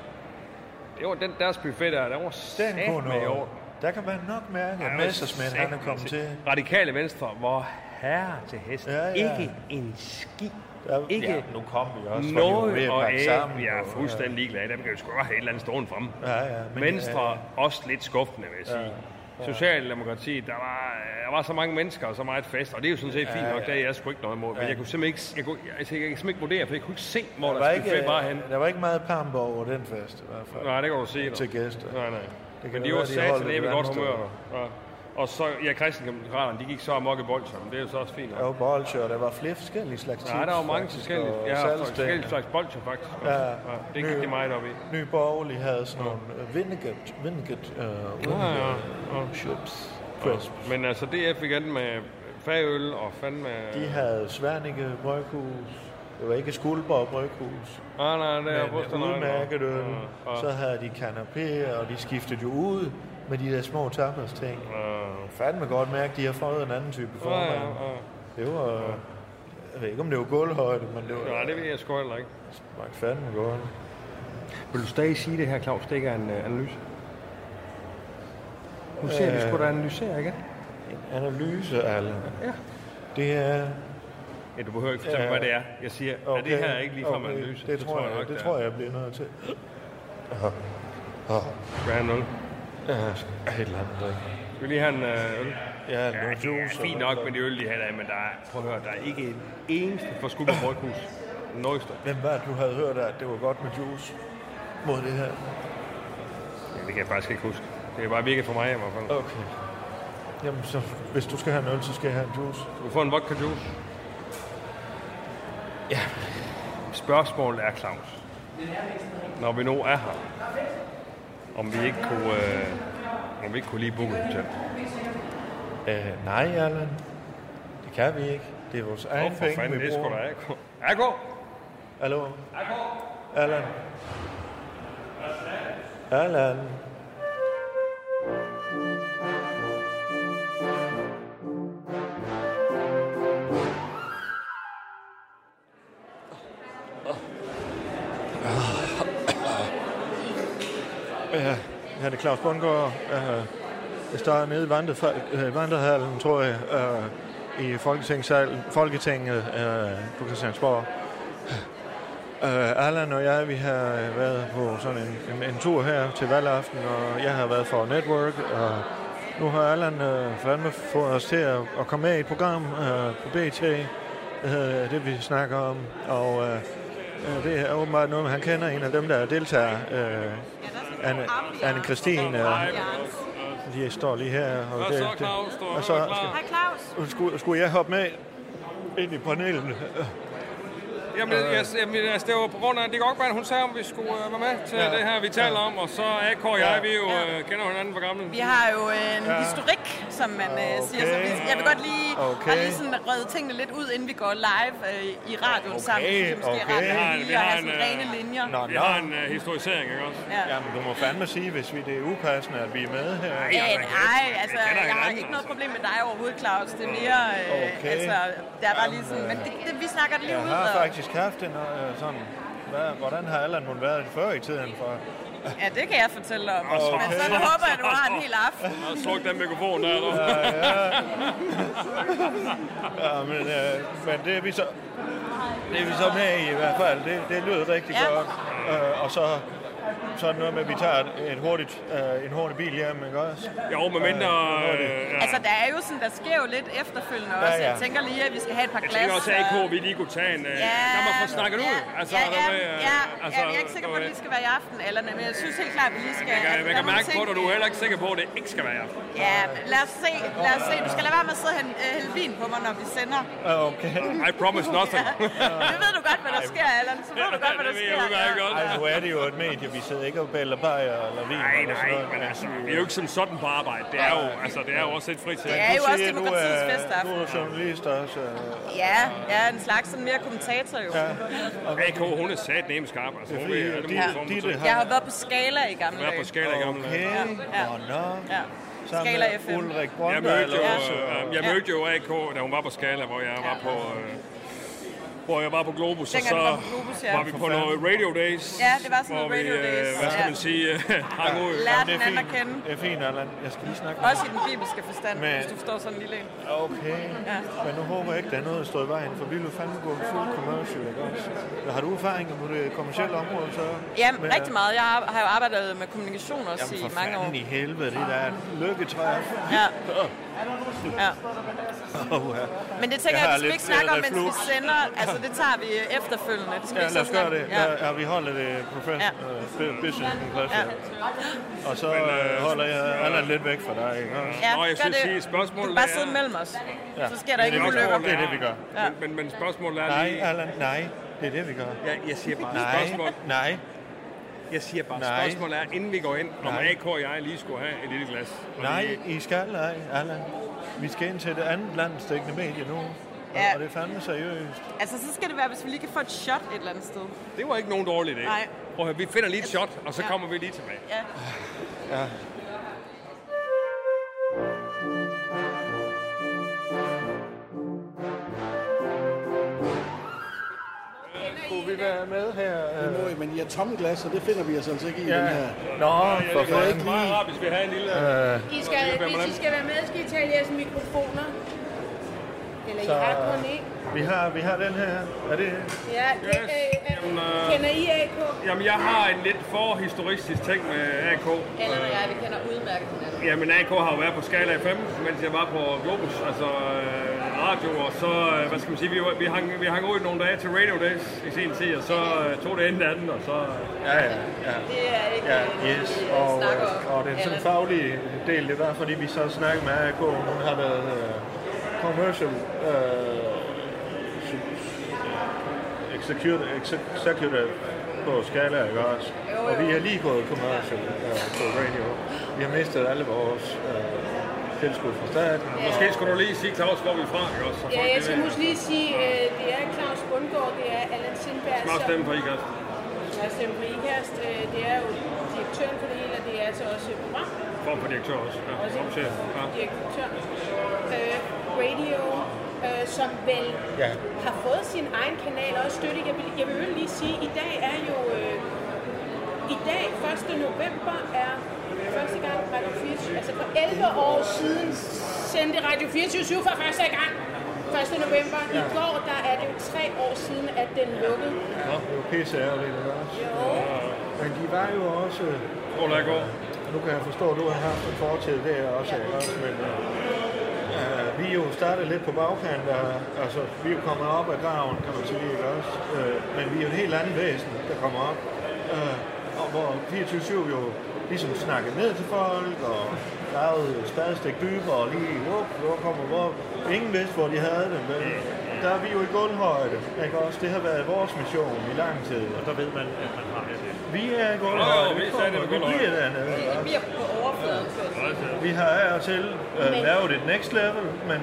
Det var den deres buffet der, der var
Den
sat
kunne
med i år.
noget. Der kan man nok mærke,
Ja,
at Messersmith han er kommet til.
Radikale Venstre, hvor herre til hest.
Ja, ja.
Ikke en ski.
Der,
Ikke
ja, nu kom vi også, for de var ved
noget
at
og
pakke sammen.
af. Jeg er
og-
fuldstændig ligeglad. Der kan jo sgu godt have et eller andet stående fremme.
Ja, ja, men- øh,
Venstre,
ja,
også lidt skuffende, vil jeg sige.
ja.
Socialdemokrati, der var, der var så mange mennesker og så meget fest, og det er jo sådan set fint
Ja,
nok,
ja.
der er jeg sgu ikke noget imod. Men
Ja.
jeg kunne simpelthen ikke, jeg kunne, jeg, altså, jeg kan simpelthen ikke vurdere, for jeg kunne ikke se, hvor
Der var,
der skulle
ikke,
bare hen.
øh, der var ikke meget pamp over den fest i hvert fald.
Nej, det kan du se.
Til gæster.
Nej, nej.
Det kan
Det kan
da
de var
være, de
sat
holder
til
det
i godt
andet
humør.
sted.
Ja. Og så, ja, kristendemokraterne, de gik så amok i bolsjer, men det er jo så også fint.
Der var bolcher, og der var flere forskellige slags
Nej, der er jo mange
faktisk,
forskellige,
og
ja,
saltstænger.
forskellige slags bolsjer, faktisk. også.
Ja.
ja det gik de meget op i.
Ny Borgerlig havde sådan nogle øh, vindigat, vindigat, øh,
Ja, ja.
ja. chips, crisp.
Men altså, DF igen med fagøl og fandme...
De havde Svernicke Bryghus, det var ikke Skuldborg Bryghus,
Nej, nej, det er
men
Rusland, nej, nej.
udmærket øl.
Ja, ja.
Så havde de kanapéer, og de skiftede jo ud med de der små tapas ting. Fandme godt mærke, de har fået en anden type
Ja,
formand.
ja, ja.
Det var... Jeg ved ikke, om det var gulvhøjde, men det var...
Nej, det ved jeg sgu heller ikke.
smagte fandme godt.
Vil du stadig sige det her, Claus? Det ikke er en øh, analyse? Nu ser vi
Øh.
sgu da analysere, ikke?
Analyse, Allan.
Ja.
Det er...
Ja, du behøver ikke fortælle,
Ja.
mig, hvad det er. Jeg siger, okay. er det her ikke ligefrem okay. analyse?
Det, tror jeg,
nok,
det, tror jeg, jeg bliver nødt til. Ja. Ja.
Skal vi have en øl?
Ja, jeg skal have et eller andet drik.
Skal vi lige have en øh, øl?
Ja, noget
det
juice
er fint
eller
nok
noget.
med de øl, de her der, men der er, prøv at høre, der er ikke en eneste fra Skuldborg Bryghus. Nøjster.
Hvem var det, du havde hørt, at det var godt med juice mod det her?
Ja, det kan jeg faktisk ikke huske. Det er bare virket for mig i hvert fald.
Okay. Jamen, så hvis du skal have en øl, så skal jeg have en juice.
Du får en vodka juice. Ja. Spørgsmålet er, Claus, når vi nu er her, om vi ikke kunne, øh, om vi ikke kunne lige booke et hotel.
Øh, nej, Allan. Det kan vi ikke. Det er vores
Åh,
egen
for
penge,
fanden,
vi
det er sgu
bruger.
da ikke. Ergo!
Hallo? Allan? Allan? Ja, ja, det er Claus Bundgaard. Øh, Jeg står nede i vandrefal- øh, vandrehallen, tror jeg, øh, i Folketingssalen, Folketinget øh, på Christiansborg. Øh, Allan og jeg, vi har øh, været på sådan en, en, en tur her til valgaften, og jeg har været for Network, og nu har Allan øh, fandme fået os til at, at komme med i et program øh, på BT, øh, det vi snakker om, og øh, øh, det er åbenbart noget, han kender en af dem, der deltager, øh, Anne, Anne Christine, øh, de står lige her. Og
Hvad så, Claus? Du er
og så,
klar.
Skulle, skulle jeg hoppe med ind i panelen?
Jamen, jeg, jamen, altså, det var på grund af, at det godt være, hun sagde, om vi skulle øh, være med til
Ja.
ja. det her, vi taler om, og så er Kåre og jeg, vi jo
Ja.
øh, kender hinanden fra gamle.
Vi har jo en
Ja.
ja. historik, som man okay. siger. Så vi, jeg vil godt lige,
Okay.
okay. og lige sådan redde tingene lidt ud, inden vi går live øh, i radioen okay. sammen. Så det måske er rart
Vi har, en- vi
lige at
har
have
en,
sådan rene linjer.
øh, vi har en øh, historisering, ikke også?
Ja.
Jamen, du må fandme sige, hvis vi det er upassende, at vi er med her.
Ja, nej, altså, jeg har ikke noget problem med dig overhovedet, Claus. Det er mere, øh,
Okay. øh,
altså, der var lige sådan, men det, det, vi snakker det lige
Jeg
ud.
har
og-
faktisk haft en øh, sådan... Hvad, hvordan har Allan hun været før i tiden? For,
Ja, det kan jeg fortælle om.
Okay.
Men så håber jeg, du har en hel aften.
Og sluk den mikrofon der, du.
ja, men, øh, men det er vi så... Det er vi så med i i hvert fald. Det, det lyder rigtig ja. godt. Øh, og så sådan noget med, at vi tager et, et hurtigt, øh, en hurtig bil hjem, ikke også?
Jo, med mindre...
hurtigt.
Øh, ja.
Altså, der er jo sådan, der sker jo lidt efterfølgende
Ja,
også.
ja.
Jeg tænker lige, at vi skal have et par
Jeg
glas.
tænker også, at
og-
AK, vi lige kunne tage en... Øh, når man får snakket
ja,
ud. Altså,
ja,
der
ja,
var, øh,
ja,
altså,
ja, jeg er ikke sikker på, at
der var-
det lige skal være i aften, eller, men jeg synes helt klart, at vi lige skal...
Man kan,
at der
man
er
kan
nogle
mærke på
ting,
dig, du er heller ikke sikker på, at det ikke skal være i aften.
Ja, lad os se, lad os se. Du skal lade være med at sidde og hælde øh, hælde vin på mig, når vi sender.
Okay.
I promise nothing.
Det ved du godt, hvad der sker, Allan. Så ved du godt, hvad der sker.
Ej, nu er det jo et medie, vi sidder ikke og bælger bajer eller vin.
Nej,
eller sådan
nej,
noget.
men altså, vi er jo ikke som sådan på arbejde. Det er jo, altså, det er jo også et fritid.
Det er jo
Du
også
siger, du
demokratiets
er-
festaften.
Du er journalist også. øh,
Ja, ja, en slags sådan mere kommentator jo.
AK, hun er sat nemme skarp. Altså, hun ved, at det må forme til.
Jeg har været på skala i gamle
Været
dage.
på skala i gamle dage.
Ja, ja. ja.
Sammen
Skala
med
FM.
Ulrik
Jeg
Brøndberg.
mødte jo,
eller-
øh, jeg mødte jo AK, da hun var på Skala, hvor jeg var på... Øh, hvor jeg var på Globus, og
Dengang
så
du var på Globus, ja.
var vi på noget Radio Days.
Ja, det var sådan
hvor
noget Radio
vi, øh,
Days,
Hvad skal
ja.
man sige? hang ud.
Lær den anden at kende.
Det er fint, Allan. Jeg skal lige snakke
Også i den bibelske forstand,
Men-
hvis du forstår sådan en lille en.
Okay.
Ja.
Men nu håber jeg ikke, der er noget, der står i vejen, for vi vil fandme gå fuld commercial, ikke også? Har du erfaringer på det kommercielle område, så?
Ja,
Men,
rigtig meget. Jeg har har jo arbejdet med kommunikation også
Jamen,
i
for
mange år.
fanden i helvede, det der er et lykketræf.
Ja. ja.
Oh, ja.
Men det tænker jeg, at vi skal ikke snakke om, mens vi sender. Altså, det tager vi efterfølgende. Det skal vi
Ja,
ikke
lad os
sidde og
gøre det.
snakke-
Ja. Ja, vi holder det professional ja. business professional. Ja. Og så øh, holder jeg Allan lidt væk fra dig, ikke også?
Ja,
Nå, jeg
gør
skulle
det.
sige, spørgsmålet
Du kan bare
er-
sidde mellem os.
Ja.
Så sker der ikke
Det er det, vi
ulykker.
gør. Det er det, vi gør.
Ja.
Men, men spørgsmålet er
Nej,
lige...
Allan, nej. Det er det, vi gør.
Jeg, jeg siger bare
Nej,
spørgsmål.
Nej.
Jeg siger bare,
Nej.
spørgsmålet er, inden vi går ind, om
Nej.
AK og jeg lige skulle have et lille glas. Og
Nej,
lige-
I skal ej, Allan. Vi skal ind til det andet landstækkende medie nu. Ja.
Ja.
Og det er fandme seriøst.
Altså, så skal det være, hvis vi lige kan få et shot et eller andet sted.
Det var ikke nogen dårlig idé.
Nej.
Prøv at høre, vi finder lige et shot, og så
Ja.
kommer vi lige tilbage.
Ja.
Ja. Kunne vi være med her?
Det må I, men I har tomme glas, så det finder vi os altså ikke i
Ja.
den her.
Nå, for
det er ikke
fanden.
lige.
Hvis vi har en lille...
Øh,
I skal, hvis I skal være med, skal I tage jeres mikrofoner. Eller I
Så-
har kun en.
vi, har, vi har den her. Er det
Ja, yes.
Yes.
øh, øh,
Jamen, øh,
kender I AK?
Jamen, jeg har en lidt forhistoristisk ting med
Allan
AK.
og
Øh,
jeg, vi kender udmærket hinanden.
Jamen, AK har jo været på Skala 5, mens jeg var på Globus, altså øh, radio, og så, øh, hvad skal man sige, vi, var- vi, hang, vi hang ud nogle dage til Radio Days i sin tid, og så øh, tog det ene det andet, og så... Øh,
ja, ja, ja.
Det er ikke...
Ja, yes. Og, øh, og den sådan faglige del, det var, fordi vi så snakkede med AK, hun har været øh, commercial øh, su- executive, executive på Skala, ikke også? Og vi har lige gået commercial øh, på radio. Vi har mistet alle vores øh, tilskud fra staten.
Ja.
Måske skulle du lige sige, Claus, hvor vi er fra, ikke også? Så folk
Ja, jeg
lige
skal
ved.
måske lige sige, øh, det er Claus Bundgaard, det er Allan Sindberg.
Smart
som-
stemme for Ikast.
Smart stemme for Ikast. Øh, det er jo direktøren for det hele, og det er altså også program.
Form for direktør også. Ja,
Også
som chef. Ja.
direktør. Øh, radio, øh, som vel
Ja.
har fået sin egen kanal og også støtte. Jeg vil, jeg vil jo lige sige, i dag er jo... Øh, I dag, 1. november, er første gang Radio 24... Altså for 11 år siden sendte Radio 24 for første gang 1. november. I
Ja.
går, der er det jo tre år siden, at den lukkede.
Nå, det var pisse ærgerligt, ikke også? Men de var jo også...
Hvor der går.
Nu kan jeg forstå, at du har haft en fortid der også, ikke også? Men øh, vi er jo startet lidt på bagkant, og, altså, vi er jo kommet op af graven, kan man sige, ikke også? Øh, men vi er jo et helt andet væsen, der kommer op. Øh, og hvor 24-7 jo ligesom snakkede ned til folk, og gravede et spadestik dybere, og lige, hvor, hvor kommer hvor? Ingen vidste, hvor de havde dem, vel? der er vi jo i gulvhøjde, ikke også? Det har været vores mission i lang tid, og der ved man, at man har det. Vi er i
Jo,
gulvhøjde,
jo, vi er stadig i
vi
gulvhøjde.
bliver dernede. ikke også?
Vi er på overfladen.
Vi har af og til øh,
Men-
lavet et next level, men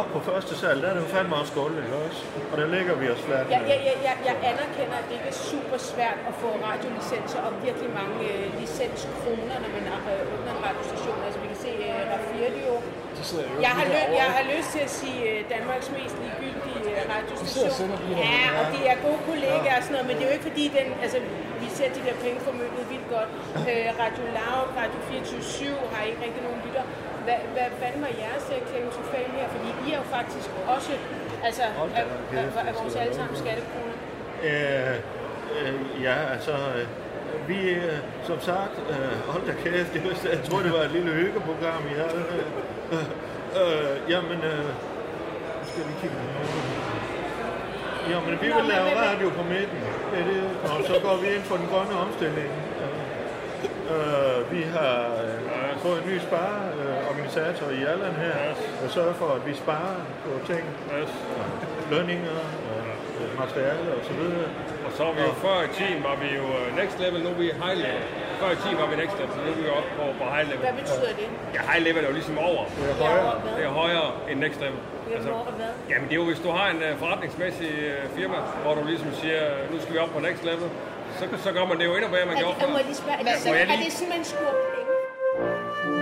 op på første sal, der er det jo fandme også gulv, ikke også? Og der ligger vi os fladt.
Jeg, jeg, jeg, jeg, jeg anerkender, at det ikke er super svært at få radiolicenser og virkelig mange øh, licenskroner, når man øh, åbner en radiostation. Altså, vi kan se øh, Rafirdio. Jeg har, løb, jeg har lyst til at sige øh, Danmarks mest ligegyldige
Vi
øh,
sidder og
radiostation.
sender lige her.
Ja, og de er gode kollegaer og sådan noget, men det er jo ikke fordi, den, altså, vi ser de der penge formøblet vildt godt. Øh, Radio Loud, Radio 24-7 har ikke rigtig nogen lytter. Hvad, hvad fanden var jeres øh, claim to fame her? Fordi I er jo faktisk også altså,
Hold da
af,
op,
af,
kæft,
af, af vores
det er
alle
sgu da
sammen skattekroner.
Øh, øh, ja, altså, øh, vi, øh, som sagt, øh, hold da kæft, det var, jeg tror, det var et lille hyggeprogram, vi havde. Øh, øh, jamen, øh, nu skal vi kigge Jamen, vi
Nå,
vil
men-
lave
men- men-
radio på midten, det er det, og så går vi ind for den grønne omstilling. Øh, vi har øh, fået en ny spareorganisator øh, organisator i Allan her, og sørger for, at vi sparer på ting, yes. lønninger, og, øh, materiale og så videre.
Og så er vi jo før i tiden, var vi jo øh, next level, nu er vi high level. Før i tiden var vi next level, så nu er vi jo oppe på, på high level.
Hvad betyder det?
Ja, high level er jo ligesom over. Det
er højere.
Det er højere end next level.
Altså, hvad?
Jamen det er jo, hvis du har en øh, forretningsmæssig øh, firma, hvor du ligesom siger, øh, nu skal vi op på next level, så, så gør man det jo endnu bedre, end man
Er
gjorde
det,
før.
må jeg lige spørge, er
Må
det,
jeg
sådan, er
lige-
det sådan, man skruer penge?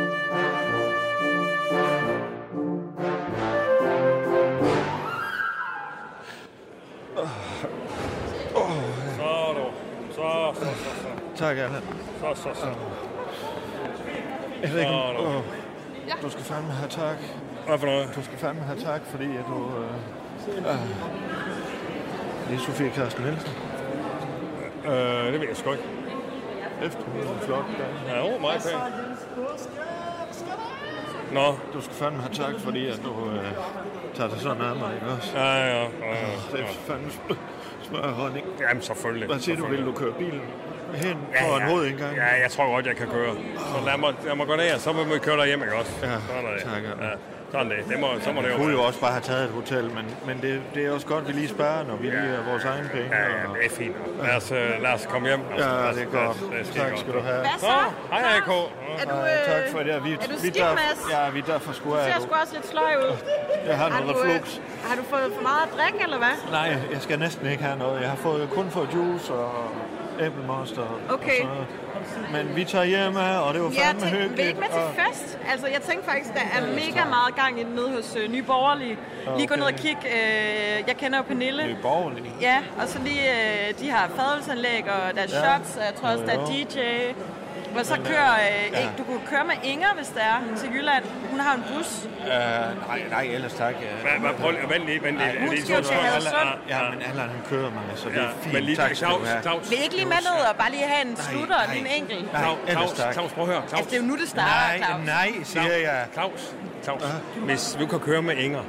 Så du. Så, så, så, så.
Tak, Allan.
Så, så, så.
Jeg ved ikke,
Så er
om,
du.
åh, du skal fandme have tak.
Hvad for noget?
Du skal fandme have tak, fordi at du... Øh, øh, det er Sofie Carsten Nielsen.
Øh, det ved jeg sgu ikke.
Efter en flot dag.
Ja, jo, meget pænt. Nå.
Du skal fandme have tak, fordi at du øh, tager dig sådan af mig, ikke også?
Ja, ja, ja.
Åh, Det er fandme sp- smør honning.
Jamen, selvfølgelig.
Hvad siger du, vil
selvfølgelig.
du køre bilen hen
Ja,
for en
ja.
hovedindgang?
Ja, jeg tror godt, jeg kan køre. Så lad mig, lad mig gå ned, og så må vi køre derhjem, ikke også? Ja, sådan er det.
tak,
ja. Sådan det. Det må, så må det
Jeg
jo
kunne jo
være.
også bare have taget et hotel, men, men det, det er også godt, at vi lige sparer, når vi lige er vores egne penge.
Ja, ja, det er fint. Lad os, øh, lad os komme hjem. Altså,
Ja,
lad os-
det er
lad os-
godt.
lad os- det er
Tak
godt.
skal du have.
Nå, Hej, hej, K.
Er du, øh, tak for det. Vi,
er du
vi
skidt, Mads?
Ja, vi er derfor skulle
Du
af.
ser sgu også lidt sløj ud.
Jeg har
du,
noget
øh,
reflux.
Har du fået for meget at drikke, eller hvad?
Nej, jeg skal næsten ikke have noget. Jeg har fået, kun fået juice og æblemost og,
Okay.
og sådan noget. Men vi tager hjem af, og det var
jeg
fandme
tænkte,
hyggeligt.
Vil I ikke med til
og-
fest? Altså, jeg tænkte faktisk, der er mega meget gang i den nede hos øh, Nye Borgerlige. Lige gå
Okay.
ned og kig. Øh, jeg kender jo Pernille.
Nye Borgerlige?
Ja, og så lige, øh, de har fadelsanlæg, og der er
Ja.
shots, og jeg tror også, der er
Jo, jo.
DJ. Og så
Men, øh,
kører, øh,
ja.
ikke, du kunne køre med Inger, hvis der er, til Jylland. Hun har en bus.
Øh, nej, nej, ellers tak.
Hvad- hvad- prøv lige- vent lige, vent lige. Er det Hun skal jo to til spørgsmål? Hadersund.
Ja, men Allan, han kører mig, så det er
Ja,
fint.
men lige-
tak skal du
Claus,
have.
Claus.
Vil I ikke lige med ned og bare lige have en
Nej,
slutter og
nej.
lige en enkelt?
Nej, ellers tak.
Claus, prøv at høre. Claus.
Altså, det er jo nu, det starter, Claus.
nej, siger jeg.
Claus, Claus. Hvis du kan køre med Inger,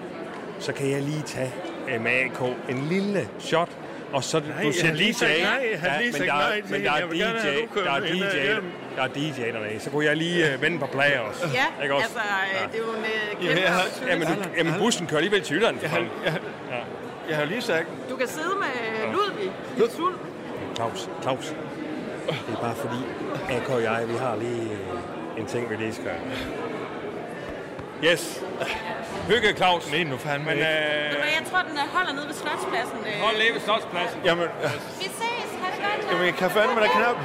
så kan jeg lige tage øh, med AK en lille shot, og så nej, du siger
han lige
DJ.
sagde nej, han lige
men
sagde
der, er-
nej til
men der
hende.
er
Jeg vil
DJ,
gerne have, at du kører
der er
med hende
DJ,
hjem.
der er DJ dernede. Så kunne jeg lige øh, vende på plager også.
Ja,
Ikke også?
altså, øh, det er jo en øh,
Ja,
kæmpe
ja,
opportunity.
jamen, du, jamen, bussen kører alligevel til Jylland. for fanden. Ja.
Jeg har jo lige sagt,
Du kan sidde med Ludvig. Lidt sult.
Claus, Claus. Det er bare fordi, AK og jeg, vi har lige øh, en ting, vi lige skal gøre. Yes. Hygge, Claus.
Men nu fandme
Men,
Ved du
øh,
hvad, jeg tror, den øh, holder nede ved Slotspladsen. øh.
Hold lige ved Slotspladsen.
Jamen,
Vi ses. Ha' det godt.
jamen jeg kan fandme da knap.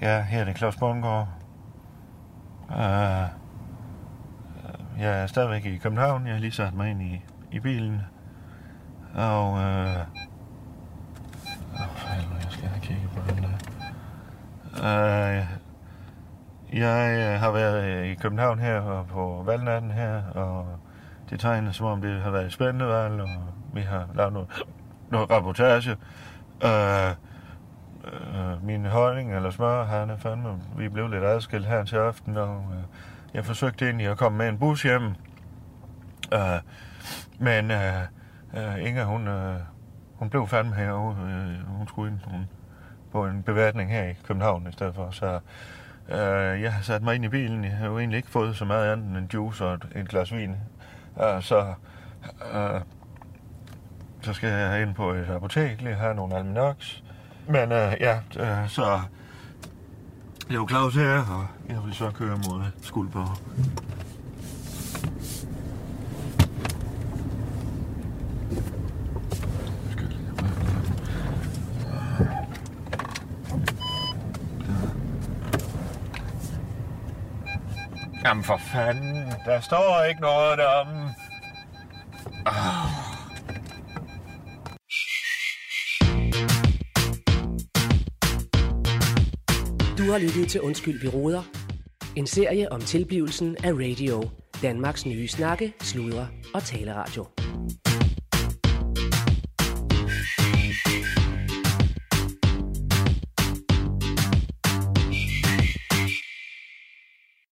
Ja, her er det Claus Bundgaard. Uh, jeg er stadigvæk i København. Jeg har lige sat mig ind i, i bilen. Og... Uh, oh, fanden, jeg skal have kigget på den der. Uh, jeg øh, har været øh, i København her og på valgnatten her, og det tegner som om, det har været et spændende valg, og vi har lavet noget, noget rapportage. Uh, øh, min holdning eller smør, han er fandme, vi blev lidt adskilt her til aften, og øh, jeg forsøgte egentlig at komme med en bus hjem, øh, men øh, øh, Inger, hun, øh, hun blev fandme herude, øh, hun skulle ind hun, på en beværtning her i København i stedet for, så øh, jeg har sat mig ind i bilen, jeg har jo egentlig ikke fået så meget andet end en juice og et, et glas vin, øh, så... Øh, så skal jeg ind på et apotek, lige have nogle alminox. Men øh, ja, øh, så... Det er jo Claus her, og jeg vil så køre mod Skuldborg. Jamen for fanden, der står ikke noget om... Oh.
Du har lyttet til Undskyld, vi råder. En serie om tilblivelsen af radio. Danmarks nye snakke, sludre og taleradio.